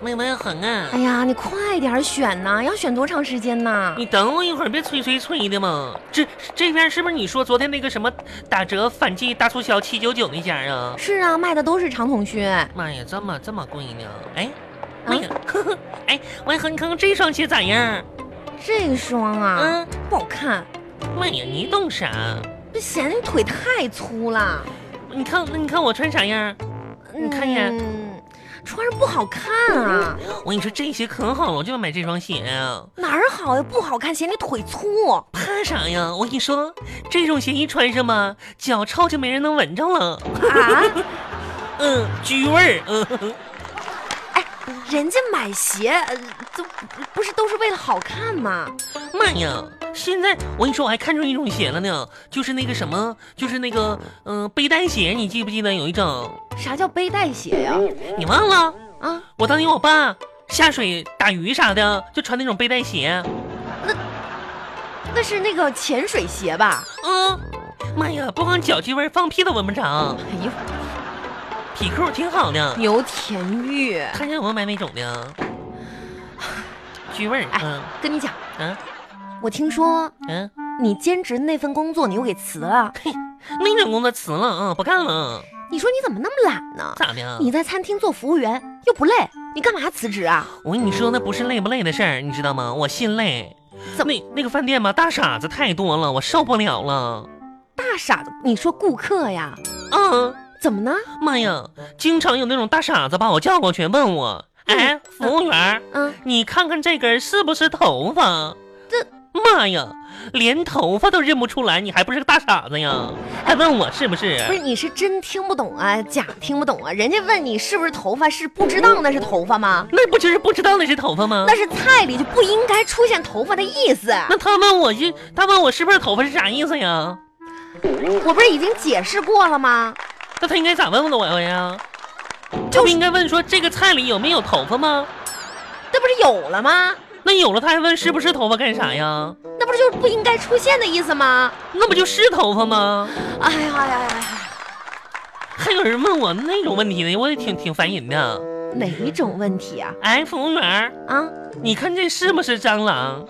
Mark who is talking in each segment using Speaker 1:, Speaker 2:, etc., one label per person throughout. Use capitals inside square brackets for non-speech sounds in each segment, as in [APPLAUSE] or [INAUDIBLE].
Speaker 1: 我要狠啊！
Speaker 2: 哎呀，你快点选呐！要选多长时间呐？
Speaker 1: 你等我一会儿，别催催催的嘛。这这边是不是你说昨天那个什么打折反季大促销七九九那家啊？
Speaker 2: 是啊，卖的都是长筒靴。
Speaker 1: 妈呀，这么这么贵呢？哎，哎呀， [LAUGHS] 呵呵，哎，王恒康这双鞋咋样？
Speaker 2: 这双啊，
Speaker 1: 嗯，
Speaker 2: 不好看，
Speaker 1: 妈呀，你懂啥？
Speaker 2: 不嫌你腿太粗了。
Speaker 1: 你看，你看我穿啥样？你看一眼
Speaker 2: 嗯，穿着不好看啊，
Speaker 1: 我跟你说，这鞋可好了，我就要买这双鞋啊。
Speaker 2: 哪儿好呀？不好看，嫌你腿粗。
Speaker 1: 怕啥呀？我跟你说，这种鞋一穿上吧，脚臭就没人能闻着了。
Speaker 2: 啊，
Speaker 1: 嗯，居味儿。嗯，
Speaker 2: [LAUGHS] 人家买鞋，呃，都不是都是为了好看吗？
Speaker 1: 妈呀！现在我跟你说，我还看中一种鞋了呢，就是那个什么，就是那个嗯、呃背带鞋，你记不记得有一种？
Speaker 2: 啥叫背带鞋呀？
Speaker 1: 你忘了？
Speaker 2: 啊，
Speaker 1: 我当年我爸下水打鱼啥的，就穿那种背带鞋。
Speaker 2: 那是那个潜水鞋吧？
Speaker 1: 嗯，妈呀，不光脚气味儿，放屁都闻不着。
Speaker 2: 哎呀，
Speaker 1: 皮裤挺好的，
Speaker 2: 牛田玉，
Speaker 1: 看见我买哪种的？居味儿。
Speaker 2: 哎
Speaker 1: 嗯
Speaker 2: 跟你讲，
Speaker 1: 嗯
Speaker 2: 我听说
Speaker 1: 嗯，
Speaker 2: 你兼职那份工作你又给辞了，
Speaker 1: 那种工作辞了，嗯，不干了，
Speaker 2: 你说你怎么那么懒呢？
Speaker 1: 咋的？啊
Speaker 2: 你在餐厅做服务员又不累，你干嘛辞职啊？
Speaker 1: 我跟你说，那不是累不累的事儿，你知道吗？我心累。
Speaker 2: 怎么
Speaker 1: 那那个饭店吧，大傻子太多了，我受不了了。
Speaker 2: 大傻子，你说顾客呀，
Speaker 1: 嗯，
Speaker 2: 怎么呢？
Speaker 1: 妈呀，经常有那种大傻子把我叫过去，问我，哎，服务员儿，
Speaker 2: 嗯，
Speaker 1: 你看看这根是不是头发？
Speaker 2: 这，
Speaker 1: 妈呀，连头发都认不出来，你还不是个大傻子呀？还问我是不是？
Speaker 2: 不是，你是真听不懂啊，假听不懂啊？人家问你是不是头发，是不知道那是头发吗？
Speaker 1: 那不就是不知道那是头发吗？
Speaker 2: 那是菜里就不应该出现头发的意思。
Speaker 1: 那他问我是，他问我是不是头发是啥意思呀？
Speaker 2: 我不是已经解释过了吗？
Speaker 1: 那他应该咋问的我呀？
Speaker 2: 就是
Speaker 1: 他不应该问说这个菜里有没有头发吗？
Speaker 2: 这不是有了吗？
Speaker 1: 那有了他还问是不是头发干啥呀？
Speaker 2: 那不是就是不应该出现的意思吗？
Speaker 1: 那不就是头发吗？
Speaker 2: 哎呀哎呀哎呀，
Speaker 1: 还有人问我那种问题呢，我也挺挺烦人的。
Speaker 2: 哪一种问题啊？
Speaker 1: 哎，服务员儿，
Speaker 2: 啊，
Speaker 1: 你看这是不是蟑螂？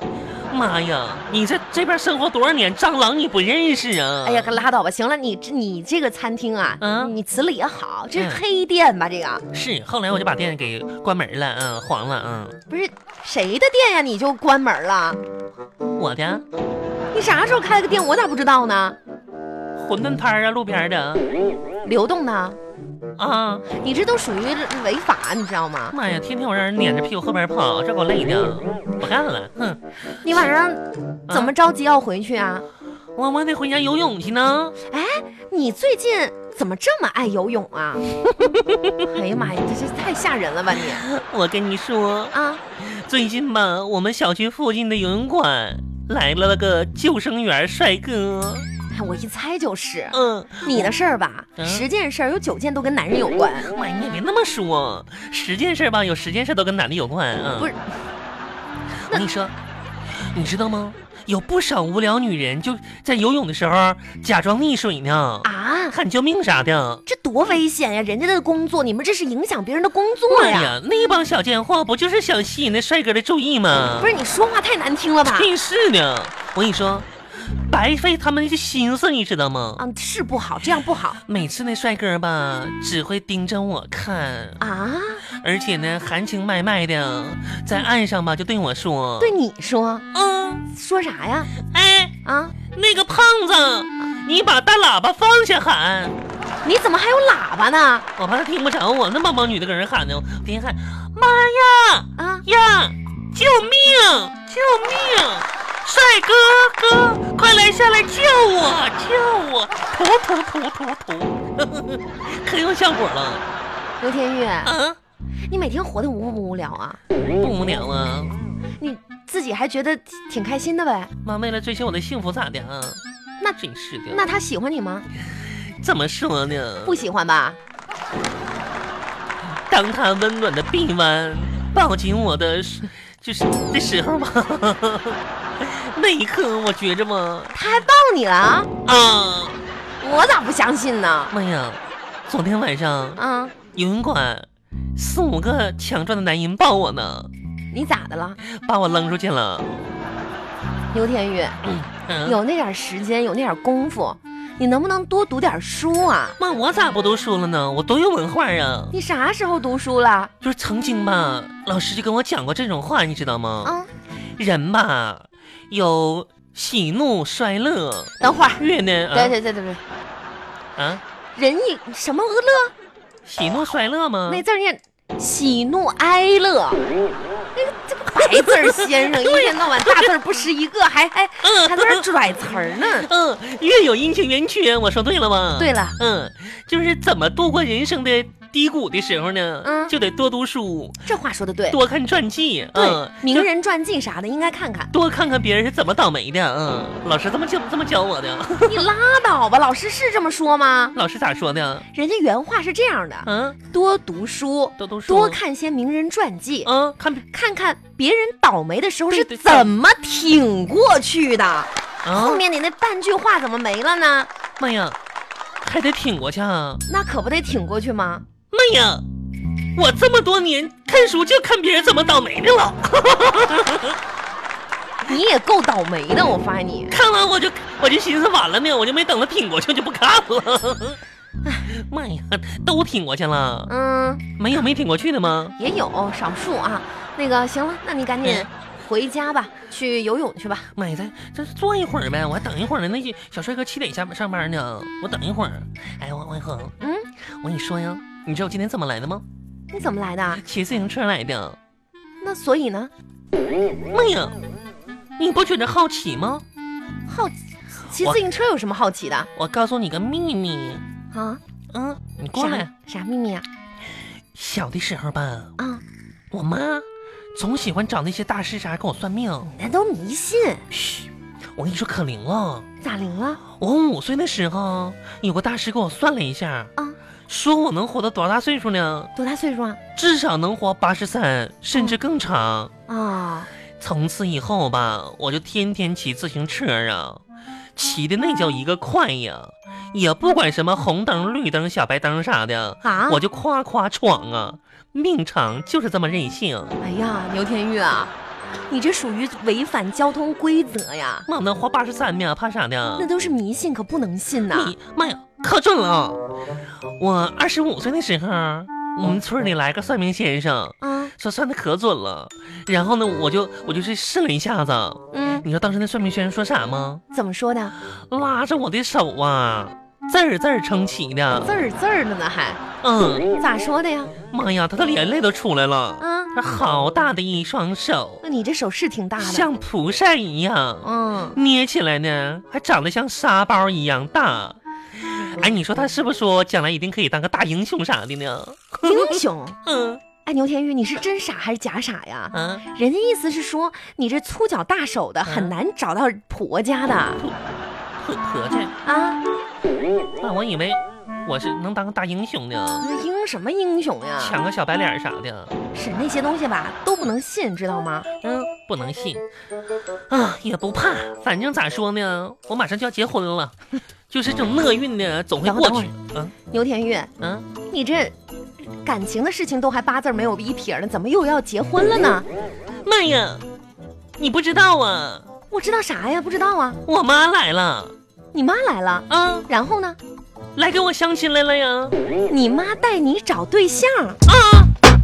Speaker 1: 妈呀，你在这边生活多少年，蟑螂你不认识啊？
Speaker 2: 哎呀，可拉倒吧！行了，你这你这个餐厅啊，
Speaker 1: 嗯
Speaker 2: 你辞了也好，这是
Speaker 1: 嗯
Speaker 2: 黑店吧？这个
Speaker 1: 是，后来我就把店给关门了，嗯，黄了，
Speaker 2: 不是谁的店呀？你就关门了？
Speaker 1: 嗯，我的
Speaker 2: 你啥时候开了个店？我咋不知道呢？
Speaker 1: 馄饨摊儿啊，路边儿的嗯
Speaker 2: 流动的，
Speaker 1: 啊，
Speaker 2: 你这都属于违法，你知道吗？
Speaker 1: 妈呀，天天我让人撵着屁股后边跑，这给我累的，不干了，哼。
Speaker 2: 你晚上怎么着急要回去啊？
Speaker 1: 嗯我我得回家游泳去呢。
Speaker 2: 你最近怎么这么爱游泳
Speaker 1: [LAUGHS]
Speaker 2: 啊？哎呀妈呀，这这太吓人了吧你
Speaker 1: 我跟你说，
Speaker 2: 啊！
Speaker 1: 最近吧，我们小区附近的游泳馆来了个救生员帅哥。
Speaker 2: 哎我一猜就是
Speaker 1: 嗯，
Speaker 2: 你的事儿吧，
Speaker 1: 嗯
Speaker 2: 十件事儿有九件都跟男人有关，
Speaker 1: 妈呀，你也别那么说，十件事吧，有十件事都跟男的有关啊。
Speaker 2: 不是，
Speaker 1: 我跟你说，你知道吗？有不少无聊女人就在游泳的时候假装溺水呢，
Speaker 2: 啊？
Speaker 1: 喊救命啥的。
Speaker 2: 这多危险呀！人家的工作，你们这是影响别人的工作
Speaker 1: 妈
Speaker 2: 呀！
Speaker 1: 哎呀，那帮小贱货不就是想吸引那帅哥的注意吗？
Speaker 2: 不是你说话太难听了吧？
Speaker 1: 真是的，我跟你说，白费他们的心思，你知道吗？
Speaker 2: 啊，是不好，这样不好
Speaker 1: 每次那帅哥吧，只会盯着我看，
Speaker 2: 啊！
Speaker 1: 而且呢，含情脉脉的，在岸上吧就对我说：“
Speaker 2: 对，你说
Speaker 1: 嗯，
Speaker 2: 说啥呀？
Speaker 1: 哎，
Speaker 2: 啊，
Speaker 1: 那个胖子，你把大喇叭放下喊，
Speaker 2: 你怎么还有喇叭呢？
Speaker 1: 我怕他听不着我。那帮帮女的搁那喊呢，我天天喊，妈呀
Speaker 2: 啊，
Speaker 1: 呀，救命，救命！”帅哥哥，快来下来救我！救我！噗噗噗噗噗，可有效果了
Speaker 2: 刘天玉，
Speaker 1: 啊！
Speaker 2: 你每天活得无不无聊啊？
Speaker 1: 不无聊啊！
Speaker 2: 你自己还觉得挺挺开心的呗？
Speaker 1: 妈为了追求我的幸福咋的啊？
Speaker 2: 那
Speaker 1: 真是的，
Speaker 2: 那他喜欢你吗？
Speaker 1: 怎么说呢？
Speaker 2: 不喜欢吧？
Speaker 1: 当他温暖的臂弯抱紧我的时，就是的时候吧，那一刻我觉着吧，
Speaker 2: 他还抱你了啊？
Speaker 1: 啊，
Speaker 2: 我咋不相信呢？
Speaker 1: 妈呀！昨天晚上
Speaker 2: 啊，
Speaker 1: 游泳馆四五个强壮的男人抱我呢，
Speaker 2: 你咋的了，
Speaker 1: 把我扔出去了。
Speaker 2: 牛天宇？
Speaker 1: 嗯、
Speaker 2: 有那点时间，有那点功夫，你能不能多读点书啊？
Speaker 1: 妈，我咋不读书了呢？我多有文化啊！
Speaker 2: 你啥时候读书了？
Speaker 1: 就是曾经吧，老师就跟我讲过这种话，你知道吗？
Speaker 2: 啊，
Speaker 1: 人吧，有喜怒哀乐，
Speaker 2: 等会儿，
Speaker 1: 乐呢？啊
Speaker 2: 对对对对对，
Speaker 1: 啊，
Speaker 2: 人一什么乐、
Speaker 1: 喜怒哀乐吗？
Speaker 2: 那字儿念喜怒哀乐，那个这不白字儿
Speaker 1: [LAUGHS]
Speaker 2: 先生一天到晚大字儿不识一个，还还还在那儿拽词儿呢。
Speaker 1: 嗯，月有阴晴圆缺，我说对了吧？
Speaker 2: 对了，
Speaker 1: 嗯，就是怎么度过人生的低谷的时候呢？
Speaker 2: 嗯
Speaker 1: 就得多读书，
Speaker 2: 这话说的对，
Speaker 1: 多看传记，嗯
Speaker 2: 对，，名
Speaker 1: 就。
Speaker 2: 人传记啥的应该看看
Speaker 1: 多看看别人是怎么倒霉的，嗯，老师这么教这么教我的， [LAUGHS]
Speaker 2: 你拉倒吧，老师是这么说吗？
Speaker 1: 老师咋说的？
Speaker 2: 人家原话是这样的：
Speaker 1: 嗯，
Speaker 2: 多读书，
Speaker 1: 多读书，
Speaker 2: 多，看些名人传记，
Speaker 1: 嗯，看别，
Speaker 2: 看看别人倒霉的时候是
Speaker 1: 对对对
Speaker 2: 怎么挺过去的。
Speaker 1: 啊
Speaker 2: 后，面你那半句话怎么没了呢？
Speaker 1: 妈呀，还得挺过去啊，
Speaker 2: 那可不得挺过去吗？
Speaker 1: 妈呀，我这么多年看书就看别人怎么倒霉的了，
Speaker 2: 你也够倒霉的，我发你。
Speaker 1: 看完我就我就寻思完了呢，我就没等他挺过去，我就不看了。 [LAUGHS] 妈呀，都挺过去了，
Speaker 2: 嗯，
Speaker 1: 没有没挺过去的吗？
Speaker 2: 也有少数啊。那个行了，那你赶紧
Speaker 1: 嗯
Speaker 2: 回家吧，去游泳去吧。
Speaker 1: 妈呀，这这坐一会儿呗，我还等一会儿呢。那些小帅哥七点下班上班呢，我等一会儿。哎，王王一恒，
Speaker 2: 嗯，
Speaker 1: 我跟你说呀，你知道我今天怎么来的吗？
Speaker 2: 你怎么来的？
Speaker 1: 骑自行车来的。
Speaker 2: 那所以呢？
Speaker 1: 妈呀，你不觉得好奇吗？
Speaker 2: 好奇，骑自行车有什么好奇的
Speaker 1: 我告诉你个秘密，
Speaker 2: 啊？
Speaker 1: 嗯，你过来
Speaker 2: 啥。啥秘密啊？
Speaker 1: 小的时候吧，
Speaker 2: 啊，
Speaker 1: 我妈总喜欢找那些大师啥给我算命。
Speaker 2: 那都迷信，
Speaker 1: 嘘，我跟你说可灵了。
Speaker 2: 咋灵啊了？
Speaker 1: 我五岁的时候，有个大师给我算了一下，
Speaker 2: 啊，
Speaker 1: 说我能活到多大岁数呢？
Speaker 2: 多大岁数啊？
Speaker 1: 至少能活八十三，甚至更长。
Speaker 2: 啊，
Speaker 1: 从此以后吧，我就天天骑自行车啊，骑的那叫一个快呀，也不管什么红灯、绿灯、小白灯啥的，
Speaker 2: 啊
Speaker 1: 我就夸夸闯啊。命长就是这么任性，
Speaker 2: 哎呀，牛天玉啊，你这属于违反交通规则呀！
Speaker 1: 妈能活八十三呢，怕啥呢
Speaker 2: 那？都是迷信，可不能信呐！
Speaker 1: 你妈呀，可准了！啊我二十五岁的时候，我们村里来个算命先生，
Speaker 2: 啊，
Speaker 1: 说算的可准了。然后呢，我就我就是试了一下子，
Speaker 2: 嗯，
Speaker 1: 你知道当时那算命先生说啥吗？
Speaker 2: 怎么说的？
Speaker 1: 拉着我的手啊，字儿字儿称奇
Speaker 2: 字
Speaker 1: 的。
Speaker 2: 儿字儿的呢，还
Speaker 1: 嗯，
Speaker 2: 咋说的呀？
Speaker 1: 妈呀，他的眼泪都出来了。
Speaker 2: 啊，
Speaker 1: 他好大的一双手，
Speaker 2: 那你这手是挺大的，
Speaker 1: 像蒲扇一样，
Speaker 2: 嗯，
Speaker 1: 捏起来呢还长得像沙包一样大。哎，你说他是不是说将来一定可以当个大英雄啥的呢？
Speaker 2: 英雄。
Speaker 1: 嗯
Speaker 2: 哎，牛天玉，你是真傻还是假傻呀？
Speaker 1: 啊，
Speaker 2: 人家意思是说，你这粗脚大手的很难找到婆家的
Speaker 1: 婆婆家，
Speaker 2: 啊！
Speaker 1: 那我以为我是能当个大英雄呢，
Speaker 2: 那英什么英雄呀？
Speaker 1: 抢个小白脸啥的。
Speaker 2: 是那些东西吧，都不能信，知道吗？
Speaker 1: 嗯，不能信啊，也不怕，反正咋说呢，我马上就要结婚了，就是这种厄运呢，总会过去。嗯
Speaker 2: 牛天玉，
Speaker 1: 嗯，
Speaker 2: 你这感情的事情都还八字儿没有一撇儿呢，怎么又要结婚了呢？
Speaker 1: 妈呀，你不知道啊，
Speaker 2: 我知道啥呀？不知道啊！
Speaker 1: 我妈来了
Speaker 2: 你妈来了，
Speaker 1: 啊，
Speaker 2: 然后呢？
Speaker 1: 来给我相亲来了呀
Speaker 2: 你妈带你找对象，
Speaker 1: 啊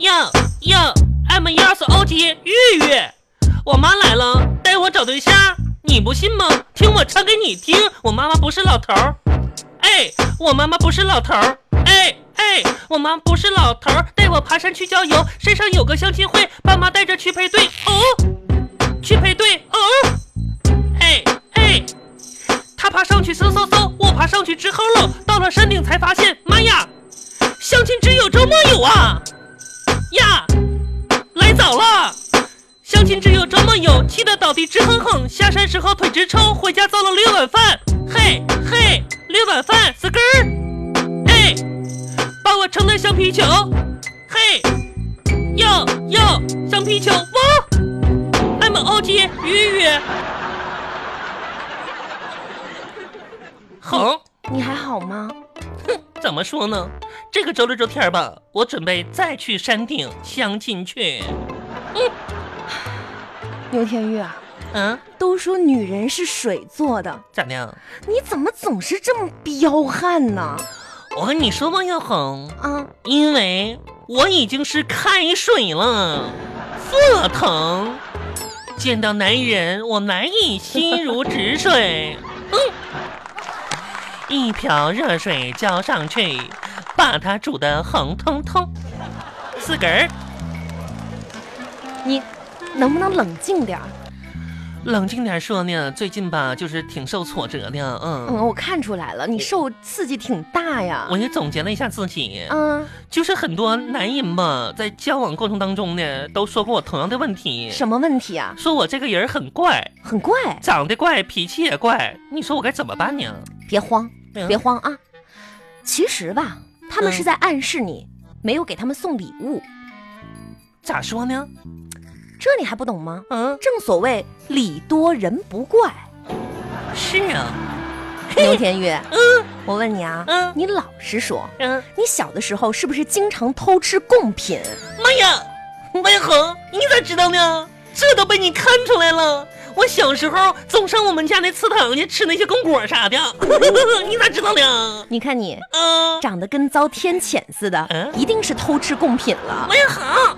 Speaker 1: 呀呀，M 幺四 O T 玉玉，我妈来了，带我找对象，你不信吗？听我唱给你听，我妈妈不是老头儿。哎，我妈妈不是老头儿，哎哎，我妈不是老头儿，带我爬山去郊游，山上有个相亲会，爸妈带着去配对，哦，去配对，哦，哎哎，他爬上去嗖嗖嗖，我爬上去直吼吼，到了山顶才发现，妈呀，相亲只有周末有啊，呀，来早了。相亲只有周末有，气得倒地直哼哼。下山时候腿直抽，回家遭了六碗饭。嘿嘿，六碗饭死根儿，哎，把我撑得像皮球。嘿，哟哟，像皮球哇！M O G 鱼鱼，哼，
Speaker 2: 你还好吗？
Speaker 1: 怎怎么说呢？这个周六周天儿吧，我准备再去山顶相亲去。
Speaker 2: 牛天玉啊，
Speaker 1: 嗯，
Speaker 2: 都说女人是水做的，
Speaker 1: 咋的？
Speaker 2: 你怎么总是这么彪悍呢？
Speaker 1: 我跟你说吧，小红，
Speaker 2: 啊，
Speaker 1: 因为我已经是开水了，沸腾，见到男人我难以心如止水。 [LAUGHS] 嗯，一瓢热水浇上去，把它煮得红彤彤，自个儿
Speaker 2: 你能不能冷静点儿？
Speaker 1: 冷静点说呢，最近吧就是挺受挫折的，嗯，
Speaker 2: 嗯，我看出来了，你受刺激挺大呀
Speaker 1: 我。也总结了一下自己，
Speaker 2: 嗯，
Speaker 1: 就是很多男人吧，在交往过程当中呢，都说过我同样的问题，
Speaker 2: 什么问题啊？
Speaker 1: 说我这个人很怪，
Speaker 2: 很怪，
Speaker 1: 长得怪，脾气也怪，你说我该怎么办呢？
Speaker 2: 别慌，
Speaker 1: 嗯
Speaker 2: 别慌啊。其实吧，他们
Speaker 1: 嗯
Speaker 2: 是在暗示你没有给他们送礼物，
Speaker 1: 咋说呢？
Speaker 2: 这你还不懂吗？
Speaker 1: 嗯，
Speaker 2: 正所谓礼多人不怪。
Speaker 1: 是啊，
Speaker 2: 牛天玉，我问你啊，
Speaker 1: 嗯
Speaker 2: 你老实说，
Speaker 1: 嗯，
Speaker 2: 你小的时候是不是经常偷吃贡品？
Speaker 1: 妈呀，妈呀恒，你咋知道呢？这都被你看出来了。我小时候总上我们家那祠堂去吃那些供果啥的，你咋知道的？
Speaker 2: 你看你
Speaker 1: 嗯、
Speaker 2: 长得跟遭天谴似的
Speaker 1: 嗯，
Speaker 2: 一定是偷吃贡品了。
Speaker 1: 妈呀恒，